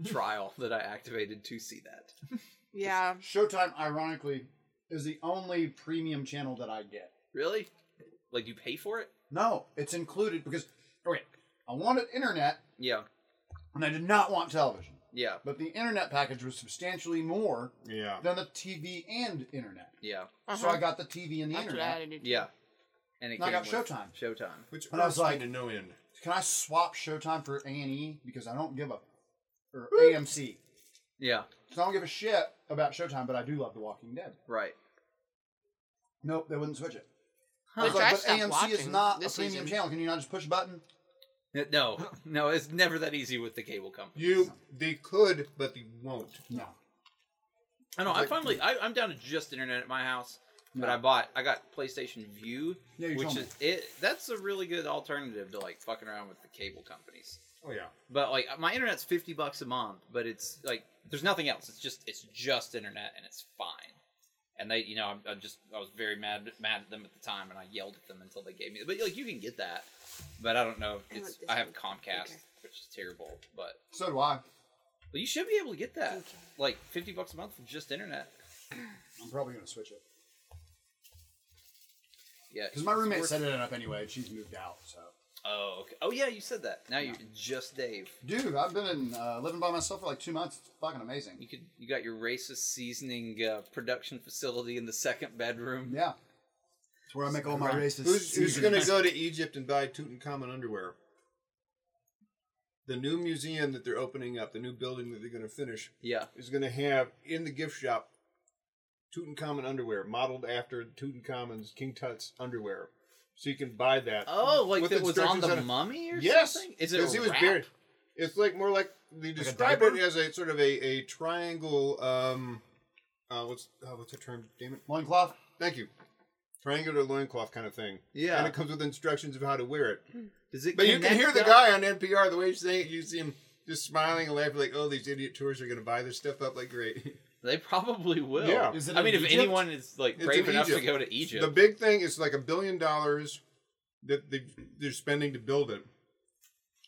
Speaker 2: trial that I activated to see that.
Speaker 4: Yeah.
Speaker 5: Showtime, ironically, is the only premium channel that I get.
Speaker 2: Really? Like you pay for it?
Speaker 5: No, it's included because okay, I wanted internet
Speaker 2: Yeah,
Speaker 5: and I did not want television.
Speaker 2: yeah,
Speaker 5: But the internet package was substantially more
Speaker 1: Yeah.
Speaker 5: than the TV and internet.
Speaker 2: yeah,
Speaker 4: uh-huh.
Speaker 5: So I got the TV and the
Speaker 4: After that, I
Speaker 5: internet.
Speaker 4: did-
Speaker 2: yeah. And it
Speaker 5: And I
Speaker 2: came
Speaker 5: got
Speaker 2: with
Speaker 5: Showtime.
Speaker 2: Showtime.
Speaker 3: no! Which
Speaker 5: And I was
Speaker 3: earth's
Speaker 5: like-
Speaker 3: to no end.
Speaker 5: Can I swap Showtime for A and E because I don't give a or AMC?
Speaker 2: Yeah,
Speaker 5: Because I don't give a shit about Showtime, but I do love The Walking Dead.
Speaker 2: right.
Speaker 5: Nope, they wouldn't switch it.
Speaker 4: The
Speaker 5: I was
Speaker 4: trash
Speaker 5: like, but
Speaker 4: stopped
Speaker 5: AMC is
Speaker 4: watching
Speaker 5: not a
Speaker 4: this
Speaker 5: premium
Speaker 4: season.
Speaker 5: channel. Can you not just push a button?
Speaker 2: No, no, it's never that easy with the cable company.
Speaker 3: You, they could, but they won't.
Speaker 5: No.
Speaker 2: I know. I finally,
Speaker 5: mm.
Speaker 2: I, I'm down to just internet at my house, but I bought, I got PlayStation View,
Speaker 5: Yeah, you
Speaker 2: which
Speaker 5: told me.
Speaker 2: is it. That's a really good alternative to like fucking around with the cable companies.
Speaker 3: Oh yeah.
Speaker 2: But like my internet's fifty bucks a month, but it's like there's nothing else. It's just it's just internet and it's fine. And they, you know, I, I just I was very mad mad at them at the time, and I yelled at them until they gave me. But like you can get that, but I don't know.
Speaker 4: I
Speaker 2: It's
Speaker 4: want this
Speaker 2: I have
Speaker 4: one.
Speaker 2: Comcast,
Speaker 4: Okay.
Speaker 2: which is terrible, but
Speaker 5: So do I.
Speaker 2: but you should be able to get that
Speaker 4: Okay.
Speaker 2: like fifty bucks a month for just internet.
Speaker 5: I'm probably gonna switch it
Speaker 2: Yeah,
Speaker 5: because my roommate
Speaker 2: it's worth-
Speaker 5: set it up anyway. and She's moved out, so
Speaker 2: Oh, okay. Oh, yeah, you said that. Now you're just Dave.
Speaker 5: Dude, I've been in, uh, living by myself for like two months. It's fucking amazing.
Speaker 2: You could you got your racist seasoning uh, production facility in the second bedroom.
Speaker 5: Yeah. It's where I make all my racist.
Speaker 3: Who's, who's
Speaker 5: seasonings.
Speaker 3: going to go to Egypt and buy Tutankhamun underwear? The new museum that they're opening up, the new building that they're going to finish,
Speaker 2: Yeah.
Speaker 3: is going to have in the gift shop Tutankhamun underwear modeled after Tutankhamun's King Tut's underwear. So you can buy that.
Speaker 2: Oh, like
Speaker 3: With
Speaker 2: that was on
Speaker 3: instructions
Speaker 2: the
Speaker 3: on it.
Speaker 2: mummy or
Speaker 3: yes,
Speaker 2: something? Is it a
Speaker 3: 'cause he was
Speaker 2: wrap?
Speaker 3: buried. It's like more like they describe
Speaker 1: diaper?
Speaker 3: it as a sort of a, a triangle. Um, uh, what's uh, what's the term? Damn it!
Speaker 5: Loincloth?
Speaker 3: Thank you. Triangular loincloth kind of thing.
Speaker 2: Yeah.
Speaker 3: And it comes with instructions of how to wear it.
Speaker 2: Does it
Speaker 3: But you can
Speaker 2: connect
Speaker 3: hear the
Speaker 2: up?
Speaker 3: guy on NPR, the way he's saying it, you see him just smiling and laughing, like, oh, these idiot tourists are going to buy this stuff up like great.
Speaker 2: They probably will.
Speaker 3: Yeah.
Speaker 5: Is it
Speaker 2: I
Speaker 5: in
Speaker 2: mean, if
Speaker 5: Egypt?
Speaker 2: anyone is like
Speaker 3: It's
Speaker 2: brave
Speaker 3: in
Speaker 2: enough to
Speaker 3: Egypt.
Speaker 2: go to Egypt,
Speaker 3: the big thing is like a billion dollars that they, they're spending to build it.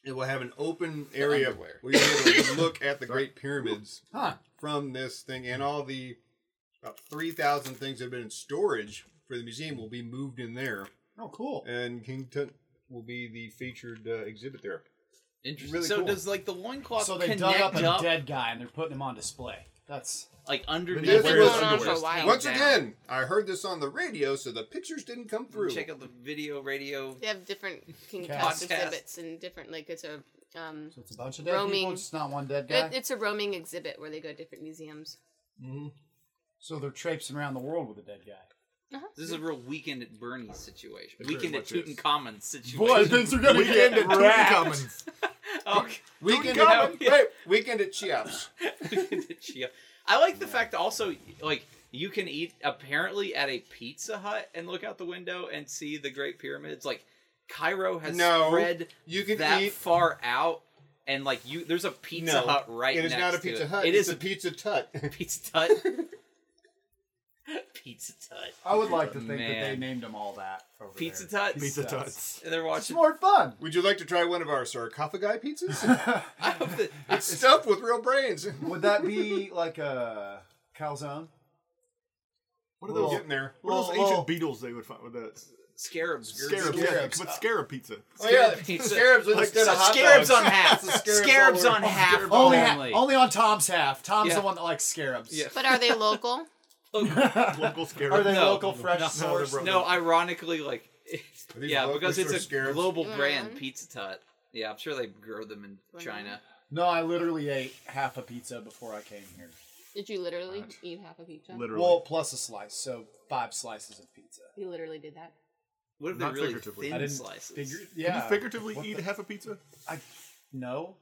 Speaker 3: It will have an open area
Speaker 2: underwear.
Speaker 3: where you're able to look at the Great Pyramids
Speaker 5: Huh.
Speaker 3: from this thing, and all the about 3,000 things that have been in storage for the museum will be moved in there.
Speaker 5: Oh, cool.
Speaker 3: and King Tut will be the featured uh, exhibit there.
Speaker 2: interesting.
Speaker 3: really
Speaker 2: so
Speaker 3: cool.
Speaker 2: does like the loincloth
Speaker 5: So they
Speaker 2: connect
Speaker 5: dug up a
Speaker 2: up
Speaker 5: dead guy and they're putting him on display. That's
Speaker 2: like underneath?
Speaker 3: This
Speaker 4: been
Speaker 2: where
Speaker 3: was-
Speaker 2: the
Speaker 4: going on for a
Speaker 2: underwear's
Speaker 4: while.
Speaker 2: hanging
Speaker 3: Once
Speaker 2: down?
Speaker 3: again, I heard this on the radio, so the pictures didn't come through.
Speaker 2: check out the video radio.
Speaker 4: They have different King
Speaker 5: Cast.
Speaker 4: Tut's
Speaker 2: Podcast.
Speaker 4: exhibits and different like it's a um
Speaker 5: so it's a bunch of dead
Speaker 4: Roaming.
Speaker 5: people. It's just not one dead guy.
Speaker 4: it, it's a roaming exhibit where they go to different museums.
Speaker 5: so they're traipsing around the world with a dead guy.
Speaker 2: This is a real weekend at Bernie's situation.
Speaker 1: It very
Speaker 2: weekend at
Speaker 1: much is.
Speaker 2: Tutankhamun situation.
Speaker 5: are gonna
Speaker 1: Weekend at Tutankhamun's.
Speaker 2: Oh,
Speaker 3: Weekend
Speaker 2: Tutankhamun.
Speaker 3: at, wait, weekend at Cheops.
Speaker 2: Chia. I like the fact that also like you can eat apparently at a Pizza Hut and look out the window and see the Great Pyramids. Like Cairo has
Speaker 3: No,
Speaker 2: spread
Speaker 3: you can
Speaker 2: that
Speaker 3: eat-
Speaker 2: far out, and like you, there's a Pizza Hut right
Speaker 3: It is
Speaker 2: next
Speaker 3: not a
Speaker 2: to
Speaker 3: Pizza
Speaker 2: it.
Speaker 3: Hut.
Speaker 2: It
Speaker 3: it's
Speaker 2: is
Speaker 3: a Pizza Tut.
Speaker 2: a Pizza Hut. pizza Hut.
Speaker 5: I would like to think that they
Speaker 2: Man.
Speaker 5: named him all that. Over
Speaker 2: Pizza
Speaker 5: there.
Speaker 2: Tuts.
Speaker 1: Pizza
Speaker 5: Tuts.
Speaker 1: Tuts.
Speaker 2: And they're
Speaker 5: It's
Speaker 2: watching.
Speaker 5: more fun.
Speaker 3: Would you like to try one of our sarcophagi pizzas?
Speaker 2: I hope that
Speaker 3: it's stuffed with real brains.
Speaker 5: Would that be like a calzone?
Speaker 1: What are those?
Speaker 3: Getting there.
Speaker 1: What are those
Speaker 5: Well,
Speaker 1: ancient
Speaker 5: well-
Speaker 1: beetles they would find with that?
Speaker 2: scarabs.
Speaker 1: Scarabs, yeah,
Speaker 5: Scarabs.
Speaker 1: but scarab pizza.
Speaker 3: Oh yeah,
Speaker 2: Scarab pizza.
Speaker 3: scarabs instead of hot
Speaker 2: Scarabs
Speaker 3: dogs.
Speaker 2: on half.
Speaker 3: It's a scarabs
Speaker 2: Scarabs
Speaker 3: all over.
Speaker 2: on half
Speaker 5: Only, ha-
Speaker 2: only.
Speaker 5: only on Tom's half. Tom's
Speaker 2: Yeah.
Speaker 5: the one that likes scarabs.
Speaker 2: Yeah.
Speaker 4: But are they local?
Speaker 1: Local scarab.
Speaker 5: Are they
Speaker 2: No.
Speaker 5: local fresh
Speaker 2: No,
Speaker 5: source?
Speaker 1: they're-
Speaker 2: No, ironically, like
Speaker 3: these
Speaker 2: yeah,
Speaker 3: local
Speaker 2: because it's a
Speaker 3: source scarabs?
Speaker 2: global
Speaker 4: Mm.
Speaker 2: brand, Pizza Hut. Yeah, I'm sure they grow them in
Speaker 4: Wonder-
Speaker 2: China.
Speaker 5: No, I literally ate half a pizza before I came here.
Speaker 4: Did you literally eat half a pizza?
Speaker 1: Literally.
Speaker 5: Well, plus a slice, so five slices of pizza.
Speaker 4: You literally did that.
Speaker 2: What if they're
Speaker 1: Not
Speaker 2: really
Speaker 1: figuratively.
Speaker 5: I
Speaker 2: thin
Speaker 5: didn't
Speaker 2: slices?
Speaker 5: figure. Yeah.
Speaker 1: Can you figuratively
Speaker 5: What
Speaker 1: eat
Speaker 5: the-
Speaker 1: half a pizza?
Speaker 5: I no.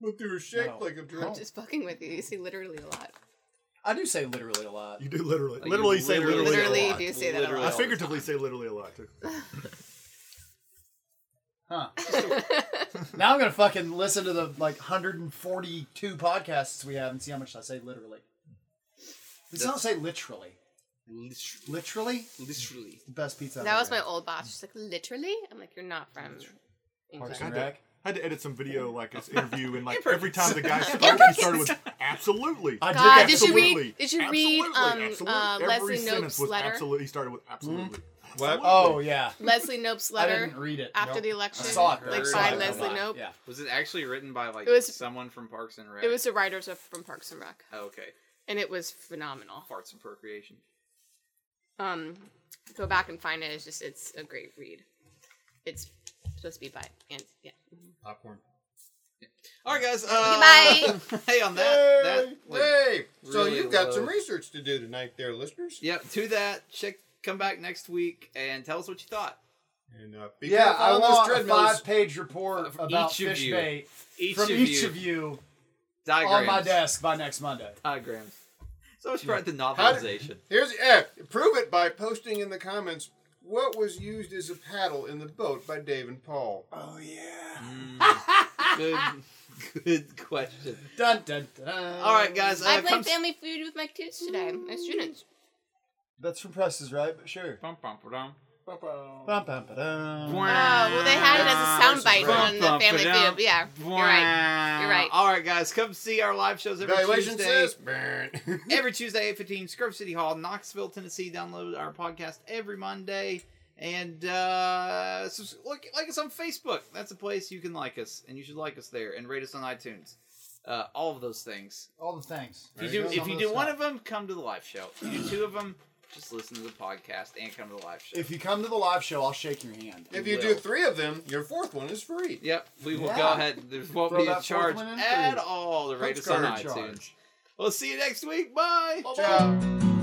Speaker 3: But they were shaped
Speaker 5: No.
Speaker 3: like a
Speaker 4: I'm
Speaker 3: drum.
Speaker 4: just fucking with you. You say literally a lot.
Speaker 5: I do say literally a lot.
Speaker 1: You do literally.
Speaker 2: Like,
Speaker 1: literally
Speaker 2: you
Speaker 1: say literally,
Speaker 4: Literally,
Speaker 1: a
Speaker 4: you
Speaker 1: lot.
Speaker 4: do say that a
Speaker 2: Literally
Speaker 1: I
Speaker 4: lot.
Speaker 2: all the
Speaker 1: figuratively say literally a lot too.
Speaker 5: Huh. now I'm gonna fucking listen to the like 142 podcasts we have and see how much I say literally. It's not say literally.
Speaker 2: Literally,
Speaker 5: Literally,
Speaker 2: literally.
Speaker 5: the best pizza. I've
Speaker 4: That was
Speaker 5: ever
Speaker 4: my
Speaker 5: had.
Speaker 4: old boss. She's like, literally? I'm like, you're not from
Speaker 5: Parks
Speaker 4: England.
Speaker 5: and
Speaker 1: I had,
Speaker 5: Rec.
Speaker 1: to, I had to edit some video like this interview, and like
Speaker 2: Imperfect.
Speaker 1: every time the guy spoke, he started with absolutely.
Speaker 5: I did
Speaker 4: God,
Speaker 5: that.
Speaker 4: did you
Speaker 1: Absolutely.
Speaker 4: read? Did you read um,
Speaker 1: Absolutely, absolutely.
Speaker 4: uh,
Speaker 1: Every
Speaker 4: Leslie
Speaker 1: sentence
Speaker 4: Nope's
Speaker 1: was
Speaker 4: letter? Mm-hmm.
Speaker 1: Absolutely, he started with absolutely.
Speaker 3: What?
Speaker 5: Oh yeah,
Speaker 4: Leslie Nope's
Speaker 5: I
Speaker 4: letter
Speaker 5: didn't read it.
Speaker 4: after
Speaker 5: Nope.
Speaker 4: the
Speaker 5: I
Speaker 4: election,
Speaker 5: saw it. though.
Speaker 4: like
Speaker 5: I
Speaker 2: Sure.
Speaker 5: saw
Speaker 4: by
Speaker 5: it a
Speaker 4: Leslie
Speaker 5: lot.
Speaker 4: Nope.
Speaker 5: Yeah.
Speaker 2: Was it actually written by like
Speaker 4: It was-
Speaker 2: someone from Parks and Rec?
Speaker 4: It was the writers of, from Parks and Rec,
Speaker 2: oh, okay.
Speaker 4: and it was phenomenal.
Speaker 2: Parts and procreation.
Speaker 4: Um, go back and find it. It's just it's a great read. It's supposed to be by and yeah.
Speaker 3: Popcorn.
Speaker 2: All right, guys. Uh,
Speaker 4: Goodbye.
Speaker 2: hey, on that.
Speaker 3: Hey!
Speaker 2: that like,
Speaker 3: hey! so
Speaker 2: really
Speaker 3: you've got
Speaker 2: low.
Speaker 3: some research to do tonight, there, listeners.
Speaker 2: Yeah, to that. Check. Come back next week and tell us what you thought.
Speaker 3: And uh, be
Speaker 5: Yeah,
Speaker 3: careful
Speaker 5: I
Speaker 3: on those
Speaker 5: want a
Speaker 3: treadmills.
Speaker 5: five-page report
Speaker 2: From
Speaker 5: about
Speaker 2: each of
Speaker 5: fish
Speaker 2: you.
Speaker 5: bait
Speaker 2: Each
Speaker 5: from
Speaker 2: of
Speaker 5: each
Speaker 2: you.
Speaker 5: of you
Speaker 2: Diagrams.
Speaker 5: on my desk by next Monday.
Speaker 2: Diagrams. So much for the
Speaker 3: How did-
Speaker 2: novelization.
Speaker 3: Here's yeah, prove it by posting in the comments what was used as a paddle in the boat by Dave and Paul.
Speaker 5: Oh yeah.
Speaker 2: good, good question.
Speaker 5: Dun dun dun.
Speaker 2: All right, guys. Uh,
Speaker 4: I played
Speaker 2: come s-
Speaker 4: family food with my kids today, my students.
Speaker 5: That's from Presses, right? But sure.
Speaker 2: Bum, bum, ba-dum.
Speaker 5: Bum, bum, ba-dum.
Speaker 4: Oh, well, they had it as a soundbite on the
Speaker 2: Bum, bum,
Speaker 4: family
Speaker 2: ba-dum.
Speaker 4: food. Yeah, you're right. You're right.
Speaker 2: All right, guys, come see our live shows every
Speaker 3: Evaluation
Speaker 2: Tuesday.
Speaker 3: says. "Burn."
Speaker 2: Every Tuesday, 8:15, Scrub City Hall, Knoxville, Tennessee. Download our podcast every Monday And uh, subs- look, like us on Facebook. That's a place you can like us, and you should like us there, and rate us on iTunes. Uh, all of those things.
Speaker 5: All the things.
Speaker 2: If
Speaker 3: There
Speaker 2: you
Speaker 3: you
Speaker 2: do,
Speaker 3: go.
Speaker 2: if you do one of them, come to the live show. If you do two of them, just listen to the podcast and come to the live show.
Speaker 5: If you come to the live show, I'll shake your hand.
Speaker 3: If you do three of them, your fourth one is free.
Speaker 2: Yep, we will go
Speaker 5: Yeah.
Speaker 2: ahead. There won't
Speaker 5: Throw
Speaker 2: be
Speaker 5: that
Speaker 2: a
Speaker 5: fourth
Speaker 2: charge
Speaker 5: one in
Speaker 2: at
Speaker 5: free.
Speaker 2: all to rate
Speaker 5: Punch
Speaker 2: us on
Speaker 5: card
Speaker 2: iTunes.
Speaker 5: charge.
Speaker 2: We'll see you next week. Bye.
Speaker 5: Ciao.